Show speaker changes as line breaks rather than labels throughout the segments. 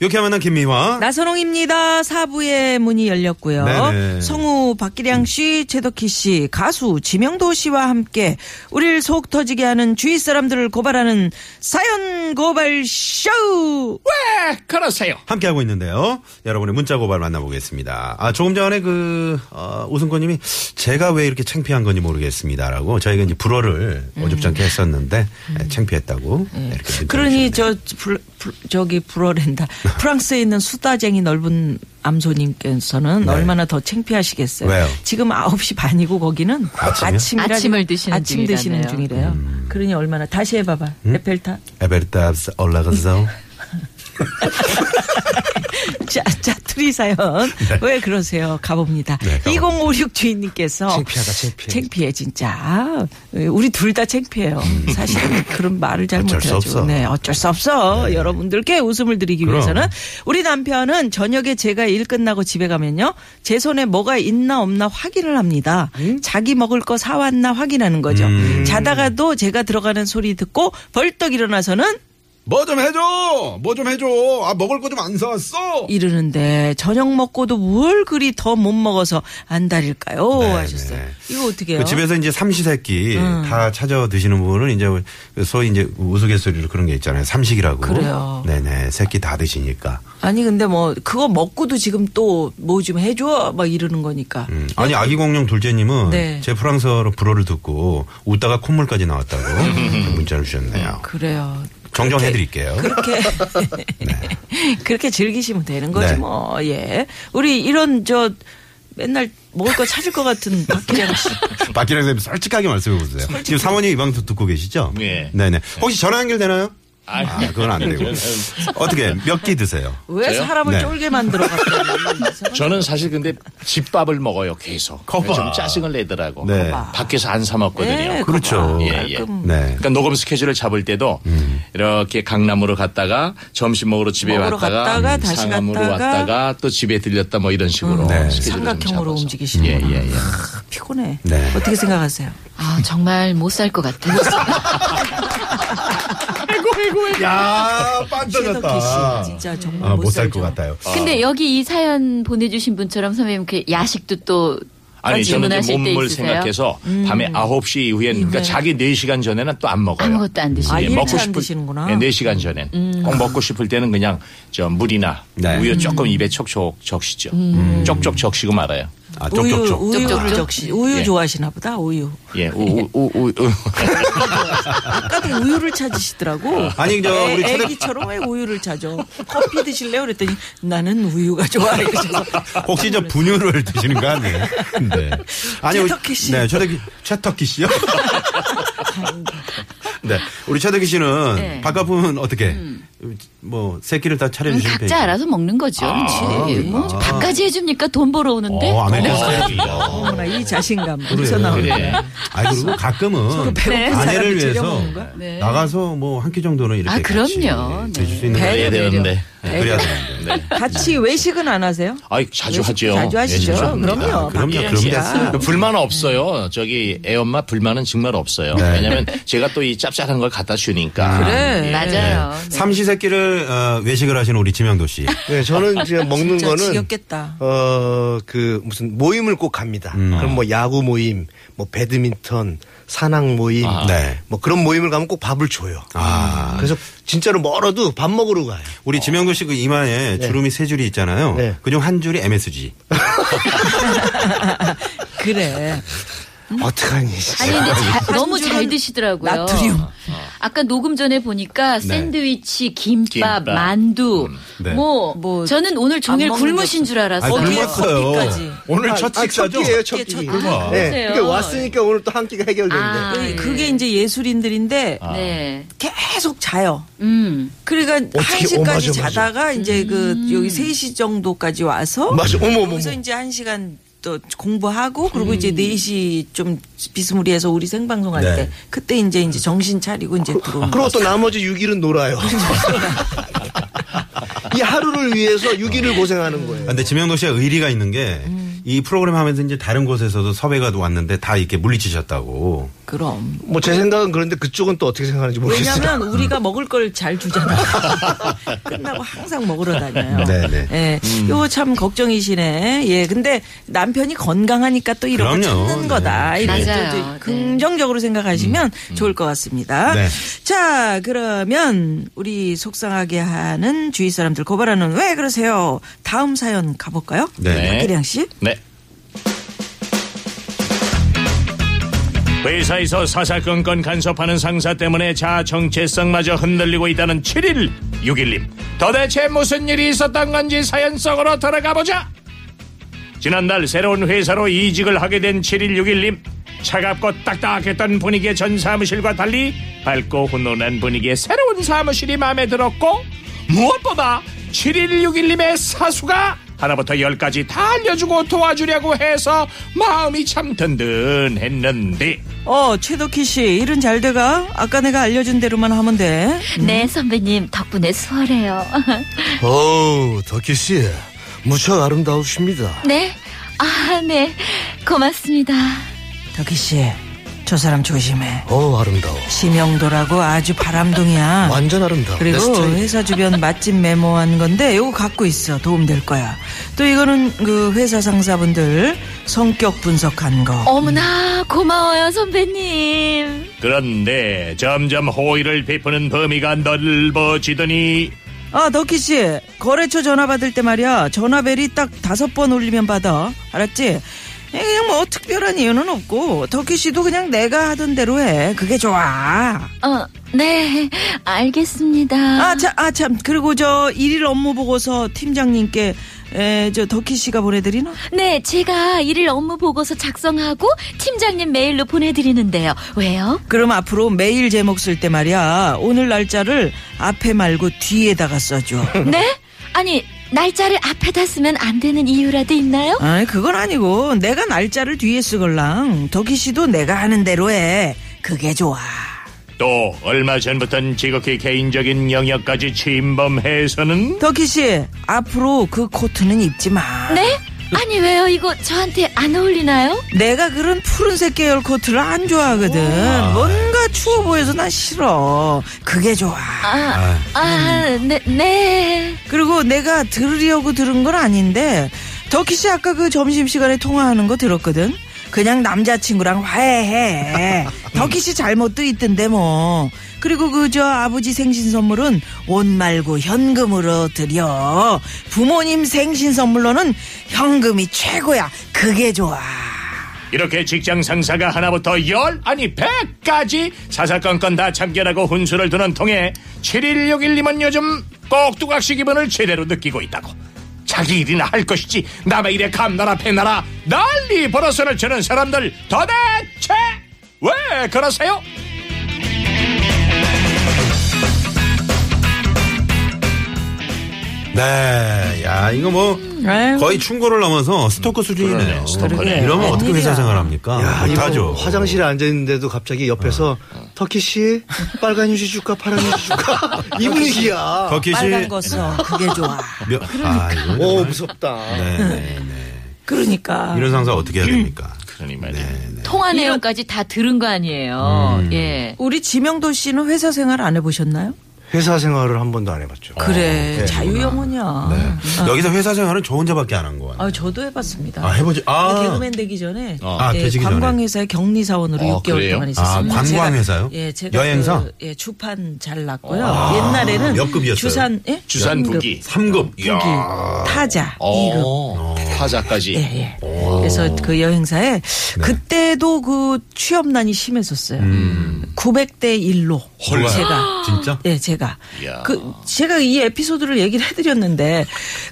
이렇게 하면은 김미화.
나선홍입니다. 사부의 문이 열렸고요.
네네.
성우 박기량 씨, 최덕희 씨, 가수 지명도 씨와 함께 우리를 속 터지게 하는 주위 사람들을 고발하는 사연 고발 쇼.
그러세요.
함께하고 있는데요. 여러분의 문자 고발 만나보겠습니다. 아, 조금 전에 그, 어, 우승권님이 제가 왜 이렇게 창피한 건지 모르겠습니다라고 저희가 이제 불어를 어줍잖게 했었는데 예, 창피했다고. 이렇게
음. 그러니
문자 주셨네요.
저 불- 불- 저기 불어랜다. 프랑스에 있는 수다쟁이 넓은 암소님께서는 얼마나 더 창피하시겠어요.
네. 왜요?
지금 9시 반이고 거기는
아침이요? 음.
아침이라-
아침을 드시는
아침 드시는
중이라네요.
중이래요. 그러니 얼마나 다시 해봐봐. 에펠탑.
에베르탑스 올라가서.
자, 자, 트리 사연. 왜 그러세요? 가봅니다.
네, 가봅니다.
2056 주인님께서.
창피하다, 창피해.
창피해, 진짜. 예, 우리 둘 다 창피해요. 사실은 그런 말을 잘
음. 어쩔 수
못해가지고.
없어. 네.
네, 어쩔 수 없어. 여러분들께 웃음을 드리기
그럼.
위해서는. 우리 남편은 저녁에 제가 일 끝나고 집에 가면요. 제 손에 뭐가 있나 없나 확인을 합니다. 자기 먹을 거 사왔나 확인하는 거죠.
음.
자다가도 제가 들어가는 소리 듣고 벌떡 일어나서는
뭐 좀 해줘! 뭐 좀 해줘! 아, 먹을 거 좀 안 사왔어!
이러는데 저녁 먹고도 뭘 그리 더 못 먹어서 안달일까요?
네,
하셨어요.
네.
이거 어떻게 해요? 음.
그 집에서 이제 삼시세끼 다 찾아 드시는 분은 이제 그 소위 이제 우스갯소리로 그런 게 있잖아요. 삼식이라고.
그래요.
네네. 세끼 다 드시니까.
아니 근데 뭐 그거 먹고도 지금 또 뭐 좀 해줘 막 이러는 거니까.
음. 아니 아기 공룡 둘째님은
네.
제 프랑스어로 불어를 듣고 웃다가 콧물까지 나왔다고 문자를 주셨네요.
그래요.
정정해드릴게요.
그렇게 그렇게 즐기시면 되는 거지
네.
뭐 예. 우리 이런 저 맨날 먹을 거 찾을 것 같은 박기량 씨.
박기량 선생님 그 솔직하게 말씀해 보세요. 지금 사모님 이 방송 듣고 계시죠?
예.
네네. 혹시 전화 연결되나요?
아,
아, 그건 안 되고. 어떻게 몇 끼 드세요?
왜
저요?
사람을
네.
쫄게 만들어 갔더니
저는 사실 근데 집밥을 먹어요 계속.
거봐.
좀 짜증을 내더라고.
네.
밖에서 안 사 먹거든요.
네,
그렇죠.
예, 예.
네.
그러니까 녹음 스케줄을 잡을 때도
음.
이렇게 강남으로 갔다가 점심 먹으러 집에
먹으러
왔다가, 음,
갔다가 다시
상암으로
갔다가
왔다가 또 집에 들렸다 뭐 이런 식으로
네.
스케줄을 좀
삼각형으로
잡아서.
움직이시는구나.
예, 예, 예.
아, 피곤해.
네.
어떻게 생각하세요?
아 정말 못 살 것 같아요.
야,
최덕희 씨 진짜 정말 못
못살 것
살죠.
같아요.
근데 여기 이 사연 보내주신 분처럼 선배님 그 야식도 또
아니 저는 이제
질문하실 때
몸을
있으세요?
생각해서 밤에 9시 이후엔 그러니까 자기 4시간 전에는 또 안 먹어요.
아무것도 안 드시고.
아,
예,
일체 안 드시는구나.
예, 4시간 전엔 꼭 먹고 싶을 때는 그냥 저 물이나
네.
우유 조금 입에 촉촉 적시죠. 음. 쪽쪽 적시고 말아요.
아,
우유
쪽쪽쪽.
우유를
쪽쪽쪽.
적시 우유
예.
좋아하시나 보다 우유
예, 우, 우, 우, 우, 우.
아까도 우유를 찾으시더라고
어, 아니, 저
애,
우리 최대-
애기처럼 왜 우유를 찾아 커피 드실래요 그랬더니 나는 우유가 좋아 이러셔서
혹시 저 분유를 드시는 거 아니에요? 네. 아니, 우리-
최덕희 씨.
네, 최덕희, 최덕희 씨요? 네. 우리 최덕희 씨는
네.
바깥분 어떻게,
음.
뭐, 새끼를 다
음,
차려주시는
각자 알아서 먹는 거죠. 그치? 뭐 밥까지 해주니까 돈 벌어오는데.
어, 안
어,
해요.
어머나 이 자신감
그래.
어디서 나오는
그래.
아니, 그리고 가끔은 네. 아내를
배고픈 사람이
위해서
끓여먹는 거야?
네.
나가서 뭐 한 끼 정도는 이렇게.
아,
같이
그럼요. 네.
드실 수 있는
배려,
그래야
거예요.
되는데.
네, 그래야 되는데.
같이
네.
외식은 안 하세요?
아이, 자주
외식
하죠.
자주 하시죠.
예, 자주 합니다.
그럼요.
아, 그럼요.
박기량
그럼
씨가.
됐어요.
불만 없어요. 저기 애엄마 불만은 정말 없어요.
네.
왜냐면 제가 또 이 짭짤한 걸 갖다 주니까. 예.
그래.
맞아요. 네.
삼시세끼를 어, 외식을 하시는 우리 지명도 씨.
네, 저는 이제 먹는
진짜
거는
지겹겠다.
어, 그 무슨 모임을 꼭 갑니다. 그럼 뭐 야구 모임, 뭐 배드민턴, 산악 모임,
네.
뭐 그런 모임을 가면 꼭 밥을 줘요.
아.
그래서 진짜로 멀어도 밥 먹으러 가요.
우리 지명도 씨 그 이마에 주름이 세 줄이 있잖아요.
어. 네.
그중 한 줄이 MSG.
그래
어떡하니? 진짜.
아니 근데 자- 너무 잘 드시더라고요.
나트륨
아까 녹음 전에 보니까 샌드위치, 김밥,
김밥. 음.
만두,
네.
뭐,
뭐,
저는 오늘 종일
안 먹는
굶으신 줄
아니,
알았어요.
굶-
어디에
굶었어요.
커피까지.
오늘 첫
아,
식사죠?
끼예요, 첫
예, 첫 끼.
끼.
굶어.
네,
그러세요.
그러니까 왔으니까 오늘 또 한 끼가 해결되는데.
아,
네.
예.
그게 이제 예술인들인데
아.
아.
네.
계속 자요.
음.
그러니까
어떻게,
한시까지
어, 맞아, 맞아.
자다가 이제 그 여기 3시 정도까지 와서
맞아. 어머, 어머,
거기서
어머. 음.
이제 한시간또 공부하고 그리고 이제 4시 좀 비스무리해서 우리 생방송할
네.
때 그때 이제 이제 정신 차리고 이제 들어오는
아, 그리고
거.
또 나머지 6일은 놀아요. 이 하루를 위해서 6일을 고생하는 거예요.
아, 근데 지명도 씨가 의리가 있는 게 이
음.
프로그램 하면서 이제 다른 곳에서도 섭외가 왔는데 다 이렇게 물리치셨다고.
그럼
뭐 제 생각은 그런데 그쪽은 또 어떻게 생각하는지 모르겠어요.
왜냐면 우리가 먹을 걸 잘 주잖아. 끝나고 항상 먹으러 다녀요.
네네. 음.
예. 요거 참 걱정이시네. 예. 근데 남편이 건강하니까 또 이런
그럼요.
거 찾는
네.
거다. 이렇게 또
맞아요.
이제
네.
긍정적으로 생각하시면 좋을 것 같습니다.
음, 네.
자, 그러면 우리 속상하게 하는 주위 사람들 고발하는 왜 그러세요? 다음 사연 가볼까요?
네.
네.
박기량 씨.
네. 회사에서 사사건건 간섭하는 상사 때문에 자아 정체성마저 흔들리고 있다는 7일 6일님 도대체 무슨 일이 있었던 건지 사연 속으로 들어가보자 지난달 새로운 회사로 이직을 하게 된 7일 6일님 차갑고 딱딱했던 분위기의 전 사무실과 달리 밝고 훈훈한 분위기의 새로운 사무실이 마음에 들었고 무엇보다 7일 6일님의 사수가 하나부터 열까지 다 알려주고 도와주려고 해서 마음이 참 든든했는데
어, 최덕희 씨. 일은 잘 돼가. 아까 내가 알려준 대로만 하면 돼.
네, 선배님 덕분에 수월해요.
어우, 덕희씨, 무척 아름다우십니다.
네. 아, 네. 고맙습니다.
덕희 씨. 저 사람 조심해.
어우, 아름다워.
지명도라고 아주 바람둥이야.
완전 아름다워. 내
그리고
스타일.
회사 주변 맛집 메모한 건데 요거 갖고 있어 도움 될 거야. 또 이거는 그 회사 상사분들 성격 분석한 거.
어머나, 고마워요, 선배님.
그런데 점점 호의를 베푸는 범위가 넓어지더니
아 덕희 씨 거래처 전화 받을 때 말이야 전화벨이 딱 다섯 번 울리면 받아 알았지? 에, 그냥 뭐 특별한 이유는 없고 덕희 씨도 그냥 내가 하던 대로 해 그게 좋아.
어, 네. 알겠습니다.
아, 참, 아, 참. 그리고 저 일일 업무 보고서 팀장님께, 에, 저 덕희 씨가 보내드리나?
네, 제가 일일 업무 보고서 작성하고 팀장님 메일로 보내드리는데요. 왜요?
그럼 앞으로 매일 제목 쓸 때 말이야 오늘 날짜를 앞에 말고 뒤에다가 써줘.
네? 아니, 날짜를 앞에다 쓰면 안 되는 이유라도 있나요?
아니 그건 아니고 내가 날짜를 뒤에 쓰걸랑 덕희 씨도 내가 하는 대로 해. 그게 좋아.
또 얼마 전부턴 지극히 개인적인 영역까지 침범해서는
덕희 씨 앞으로 그 코트는 입지 마.
네? 아니, 왜요? 이거 저한테 안 어울리나요?
내가 그런 푸른색 계열 코트를 안 좋아하거든. 뭔가 추워 보여서 난 싫어. 그게 좋아.
아, 아, 네, 네.
그리고 내가 들으려고 들은 건 아닌데 덕희 씨 아까 그 점심 시간에 통화하는 거 들었거든. 그냥 남자친구랑 화해해. 덕희 씨 잘못도 있던데 뭐. 그리고 그 저 아버지 생신 선물은 옷 말고 현금으로 드려. 부모님 생신 선물로는 현금이 최고야. 그게 좋아.
이렇게 직장 상사가 하나부터 열 아니 백까지 사사건건 다 참견하고 훈수를 두는 통에 7161님은 요즘 꼭두각시 기분을 제대로 느끼고 있다고 자기 일이나 할 것이지 남의 일에 감나라 패나라 난리 버릇을 치는 사람들 도대체 왜 그러세요?
네. 야, 이거 뭐 거의 충고를 넘어서 스토커 수준이네요.
스토커네.
이러면 어떻게 회사 생활합니까?
야, 어. 이거
못하죠.
화장실에 앉아있는데도 갑자기 옆에서 터키씨, 빨간 휴지 줄까, 파란 휴지 줄까? 이 분위기야.
덕희 씨.
빨간 거 써. 그게 좋아.
몇- 아, 이거
그러니까. 오,
정말-
어, 무섭다.
네, 네, 네.
그러니까.
이런 상사 어떻게 해야 됩니까?
그러니 말이야
통화 내용까지 다 들은 거 아니에요. 예.
우리 지명도 씨는 회사 생활 안 해보셨나요?
회사 생활을 한 번도 안 해봤죠.
그래 자유 영혼이야.
어, 네.
어.
여기서 회사 생활은 저 혼자밖에 안 한 거야.
아 저도 해봤습니다.
아, 해보지.
어,
아.
개그맨 되기 전에
아,
예,
되시기 전에.
관광회사의 격리 사원으로
어,
6개월 동안
그래요?
있었습니다.
아, 관광회사요?
제가- 예, 제가
여행사? 아,
그, 예, 주판 잘 났고요. 옛날에는
몇 급이었어요? 아.
주산 예?
주산
연급,
부기
3급.
부기, 타자 이 2급.
어, 타자까지
네.
예, 예. 그래서 그 여행사에 그때도 그 취업난이 심했었어요. 900대 1로
음. 헐.
제가
진짜?
예, 제가.
이야.
그, 제가 이 에피소드를 얘기를 해드렸는데,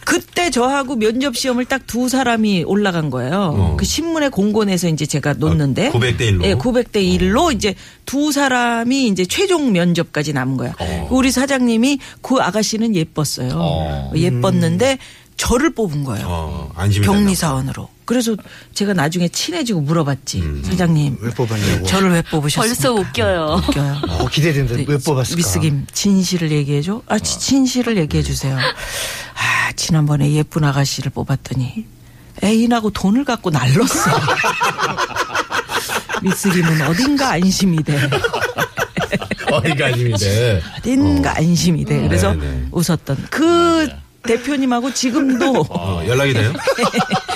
그때 저하고 면접시험을 딱 두 사람이 올라간 거예요. 그 신문에 공고내서 이제 제가 놓는데.
아, 900대 1로?
예, 900대 1로 이제 두 사람이 이제 최종 면접까지 남은 거야. 우리 사장님이 그 아가씨는 예뻤어요. 예뻤는데, 저를 뽑은 거예요.
어, 안심이 된다.
격리사원으로. 그래서 제가 나중에 친해지고 물어봤지. 사장님.
왜 뽑았냐고.
저를 왜 뽑으셨습니까?
벌써 웃겨요.
웃겨요.
어, 기대된다. 왜 뽑았을까?
네, 미스김 진실을 얘기해줘. 아 지- 진실을 얘기해주세요. 아 지난번에 예쁜 아가씨를 뽑았더니 애인하고 돈을 갖고 날랐어. 미스김은 어딘가 안심이 돼.
어이가 아닙니다.
어딘가 안심이 돼. 그래서
네, 네.
웃었던
네,
그 대표님하고 지금도
어, 연락이 돼요?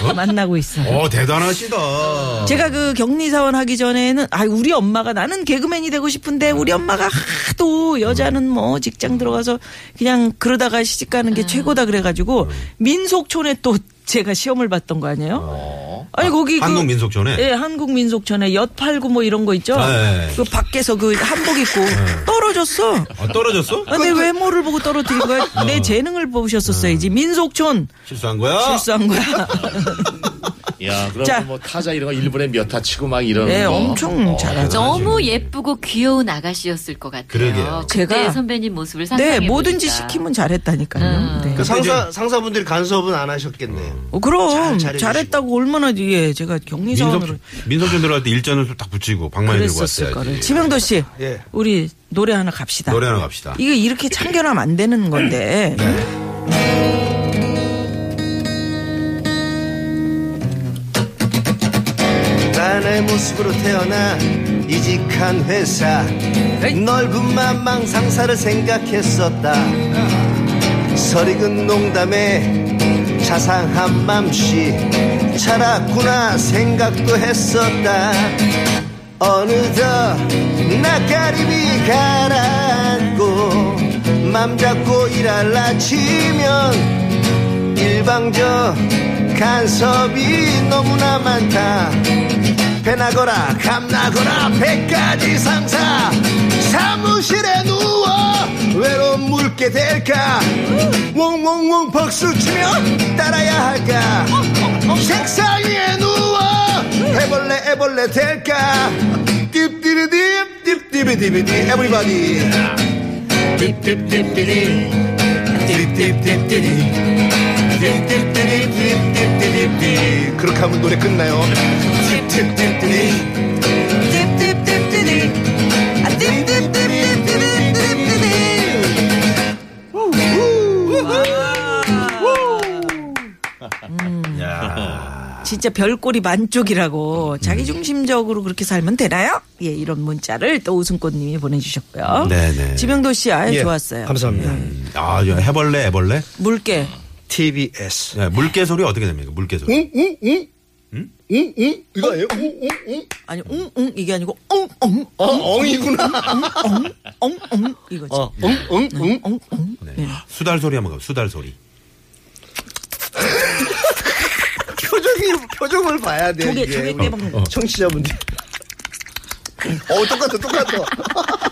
어?
만나고 있어요.
어, 대단하시다.
제가 그 격리사원 하기 전에는 아 우리 엄마가 나는 개그맨이 되고 싶은데 우리
음.
엄마가 하도 여자는 뭐 직장 들어가서 그냥 그러다가 시집 가는
음.
게 최고다 그래가지고 민속촌에 또 제가 시험을 봤던 거 아니에요? 아니 거기 그-
어. 한국 민속촌에?
예 한국 민속촌에 엿 팔고 뭐 이런 거 있죠?
네.
그 밖에서 그 한복 입고
예.
떨어졌어.
어, 떨어졌어?
아, 내 외모를 보고 떨어뜨린 거야. 내 재능을 보셨었어야지.
예.
민속촌
실수한 거야?
실수한 거야.
야, 그럼
자.
뭐 타자 이런 거 일본에 몇 타 치고 막 이러는
예,
거.
어.
엄청 잘하죠.
너무 예쁘고 귀여운 아가씨였을 것 같아요.
그러게요.
그때
제가-
선배님 모습을 상상해
네, 뭐든지 시키면 잘했다니까요.
음.
네.
그 상사 상사분들이 간섭은 안 하셨겠네.
어, 그럼
잘- 잘해주시고.
잘했다고 얼마나 예 제가 격리사원으로
민속촌, 민속촌 들어갈 때 일전을 딱 붙이고 방망이 들고
그랬었을
왔어요.
거를. 지명도 씨,
예.
우리 노래 하나 갑시다.
노래 하나 갑시다.
이거 이렇게 참견하면 안 되는 건데.
네. 나의 모습으로 태어나 이직한 회사 넓은 만망 상사를 생각했었다 서리근 농담에 자상한 맘씨 자랐구나 생각도 했었다 어느덧 낯가림이 가라앉고 맘 잡고 일할라 치면 일방적 간섭이 너무나 많다 배나거라 감나거라 배까지 상사 사무실에 누워 외로움 물게 될까 웅웅웅 박수치며 따라야 할까 책상 위에 누워 해벌레 해벌레 될까 띠띠르딥 띠띠비디비디 에브리바디 띠띠띠띠디 띠띠띠띠디 띠띠띠띠띠띠띠띠. 그렇게 하면 노래 끝나요. 띠띠띠띠띠.
띠띠띠띠띠. 아, 띠띠띠띠띠띠띠띠. 진짜 별꼴이 만족이라고 자기중심적으로 그렇게 살면 되나요? 예, 이런 문자를 또 우승꽃님이 보내주셨고요.
네네.
지명도 씨, 아유
예,
좋았어요. 음.
감사합니다.
아, 저 해벌레, 해벌레?
물개.
TBS.
네, 물개 소리 어떻게 됩니까? 물개 소리.
예?
웅웅웅. 웅웅 이거예요. 웅웅웅.
아니 웅웅 이게 아니고 엉엉
어, 엉이구나.
엉엉 이거지.
어. 엉엉웅.
엉엉. 네.
수달 소리 한번 가요. 수달 소리.
표정이 표정을 봐야 돼.
조개,
이게.
조개 떼먹는
어. 청취자분들. 어 똑같아 똑같아.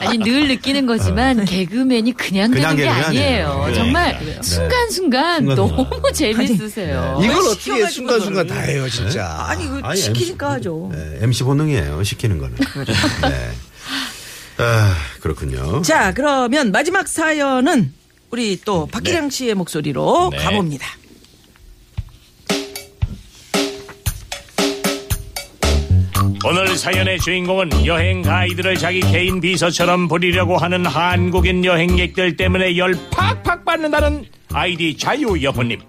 아니 늘 느끼는 거지만 개그맨이 그냥,
아. 그냥
되는 게
개그맨이
아니에요.
아니에요. 네.
정말 순간순간
순간순간. 네.
너무 재밌으세요.
이걸 어떻게
시켜가지고
순간순간 다
그거를.
해요 진짜.
아니 그
아니,
시키니까 하죠.
네, MC 본능이에요. 시키는 거는. 네. 아, 그렇군요.
자 그러면 마지막 사연은 우리 또 박기량 씨의 목소리로
네.
가봅니다.
오늘 사연의 주인공은 여행 가이드를 자기 개인 비서처럼 부리려고 하는 한국인 여행객들 때문에 열 팍팍 받는다는 아이디 자유 여포님.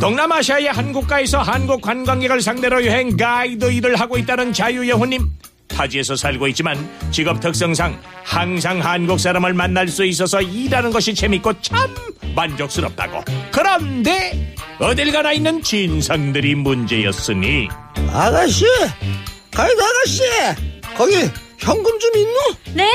동남아시아의 한국가에서 한국 관광객을 상대로 여행 가이드 일을 하고 있다는 자유 여포님. 타지에서 살고 있지만 직업 특성상 항상 한국 사람을 만날 수 있어서 일하는 것이 재밌고 참 만족스럽다고. 그런데 어딜 가나 있는 진상들이 문제였으니
아가씨, 가이드 아가씨, 거기 현금 좀 있노?
네?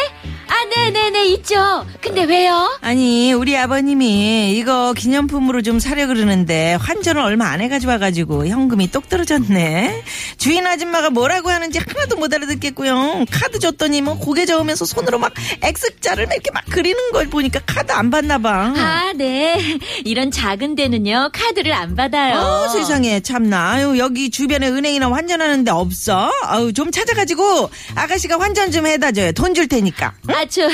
아, 네네네, 있죠. 근데 왜요?
아니 우리 아버님이 이거 기념품으로 좀 사려 그러는데 환전을 얼마 안 해가지고 와가지고 현금이 똑 떨어졌네 주인 아줌마가 뭐라고 하는지 하나도 못 알아듣겠고요 카드 줬더니 뭐 고개 저으면서 손으로 막 X자를 막 이렇게 막 그리는 걸 보니까 카드 안 받나
음.
봐
아, 네. 이런 작은 데는요, 카드를 안 받아요.
어, 세상에 참나 아유 여기 주변에 은행이나 환전하는데 없어 아유 좀 찾아가지고 아가씨가 환전 좀 해다 줘요 돈 줄 테니까
아, 저,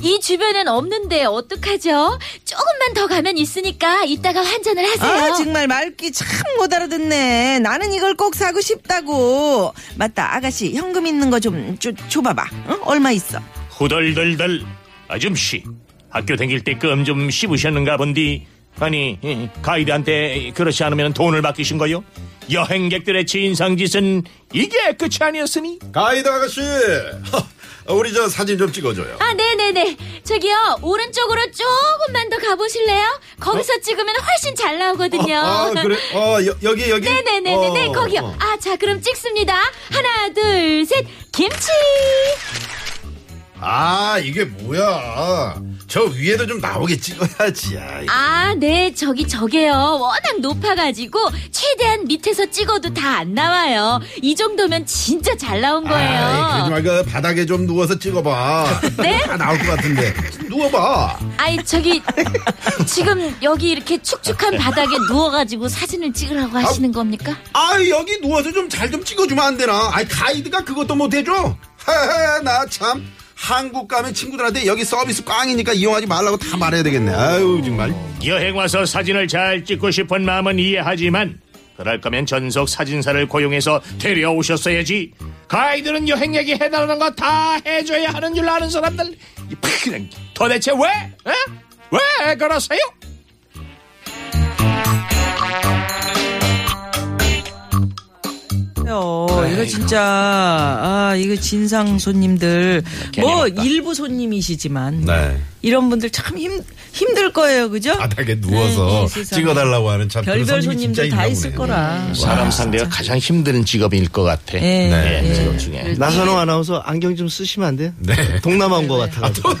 이 주변엔 없는데 어떡하죠? 조금만 더 가면 있으니까 이따가 환전을 하세요.
아, 정말 말귀 참 못 알아듣네. 나는 이걸 꼭 사고 싶다고. 맞다, 아가씨 현금 있는 거 좀 줘봐봐. 응? 얼마 있어?
후덜덜덜 아줌씨 학교 다닐 때 껌 좀 씹으셨는가 본디 아니 이, 가이드한테 그렇지 않으면 돈을 맡기신 거요 여행객들의 진상짓은 이게 끝이 아니었으니
가이드 아가씨, 우리 저 사진 좀 찍어줘요.
아, 네네네. 저기요, 오른쪽으로 조금만 더 가보실래요? 거기서 찍으면 훨씬 잘 나오거든요.
아, 그래? 어, 여, 여기, 여기?
네네네네,
어,
거기요.
어.
아, 자, 그럼 찍습니다. 하나, 둘, 셋, 김치!
아, 이게 뭐야. 저 위에도 좀 나오게 찍어야지. 아이.
아, 네, 저기, 저게요. 워낙 높아가지고, 최대한 밑에서 찍어도 다 안 나와요. 이 정도면 진짜 잘 나온
아이, 그러지
거예요.
말고 바닥에 좀 누워서 찍어봐.
네?
다 나올 것 같은데. 누워봐.
아이, 저기, 지금 여기 이렇게 축축한 바닥에 누워가지고 사진을 찍으라고 하시는 겁니까?
아 여기 누워서 좀 잘 좀 찍어주면 안 되나? 아 가이드가 그것도 못 해줘? 나 참 한국 가면 친구들한테 여기 서비스 꽝이니까 이용하지 말라고 다 말해야 되겠네. 아유 정말.
여행 와서 사진을 잘 찍고 싶은 마음은 이해하지만 그럴 거면 전속 사진사를 고용해서 데려오셨어야지 가이드는 여행 얘기 해달라는 거 다 해줘야 하는 줄 아는 사람들 이 그냥 도대체 왜? 에? 왜 그러세요?
요 어, 이거 진짜 아 이거 진상 손님들 뭐 일부 손님이시지만
네. 아,
이런 분들 참 힘 힘들 거예요, 그죠?
바닥에 누워서
네, 세상에.
찍어달라고 하는 참 그런
별별
손님이 진짜
손님들 다
있나
있을
보네.
거라.
사람 상대가 가장 힘든 직업일 것 같아
예.
예, 직업 중에
나선홍 아나운서 안경 좀 쓰시면 안 돼요?
네.
동남아 온 것 같아가지고.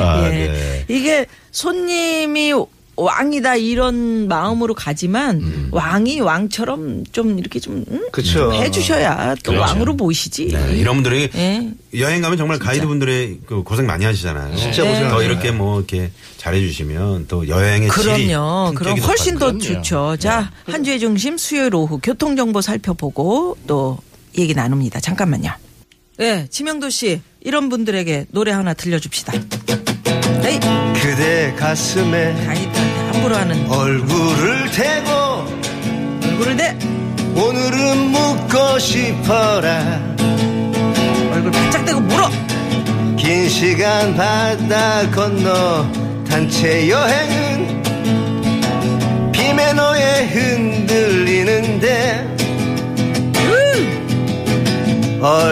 아,
예.
네.
이게 손님이 왕이다 이런 마음으로 가지만 왕이 왕처럼 좀 이렇게 좀 음?
그쵸.
해주셔야 또 왕으로 모시지.
그렇죠. 네, 이런 분들이
예.
여행 가면 정말 가이드분들이 그 고생 많이 하시잖아요.
진짜 고생
더
많이
이렇게 뭐 이렇게 잘해주시면 또 여행의 질이
그럼요. 그럼
품격이
훨씬 더
높아져요. 네.
좋죠. 자, 한 주의 중심 수요일 오후 교통정보 살펴보고 또 얘기 나눕니다. 잠깐만요. 예, 지명도 씨. 이런 분들에게 노래 하나 들려줍시다. 에이,
그대 가슴에
가이드한테 함부로 하는
얼굴을 대고
얼굴을 대!
오늘은 묻고 싶어라
얼굴 바짝 대고 물어!
긴 시간 바다 건너 단체 여행은 빔의 노예 흔들리는데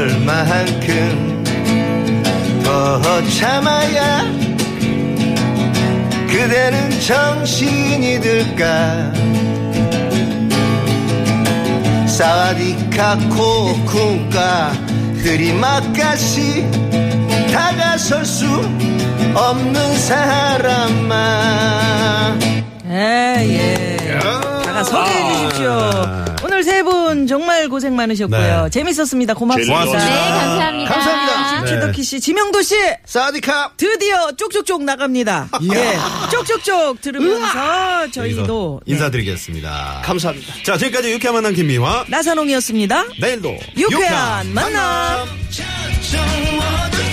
얼마만큼 더 참아야 그대는 정신이 들까 사와디카 코쿤까 흐리마까시 다가설 수 없는 사람아
예, 예. 다가 소개해 주십시오. 오늘 세 분 정말 고생 많으셨고요.
네.
재밌었습니다.
즐거웠습니다.
네,
고맙습니다.
아,
감사합니다.
감사합니다.
최덕희 씨, 지명도 씨
사와디카
드디어 쪽쪽쪽 나갑니다. 예. 쪽쪽쪽 들으면서
여기서
저희도 네.
인사드리겠습니다.
감사합니다
자, 지금까지 유쾌한 만남
네,
김미화.
나선홍이었습니다.
내일도
유쾌한 만남.
정모든